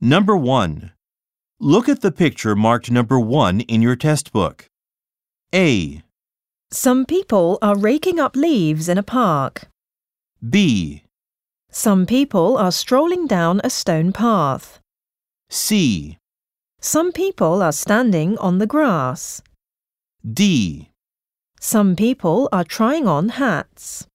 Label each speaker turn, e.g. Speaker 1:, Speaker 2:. Speaker 1: Number 1. Look at the picture marked number 1 in your test book. A,
Speaker 2: Some people are raking up leaves in a park.
Speaker 1: B,
Speaker 2: Some people are strolling down a stone path.
Speaker 1: C,
Speaker 2: Some people are standing on the grass.
Speaker 1: D.
Speaker 2: Some people are trying on hats.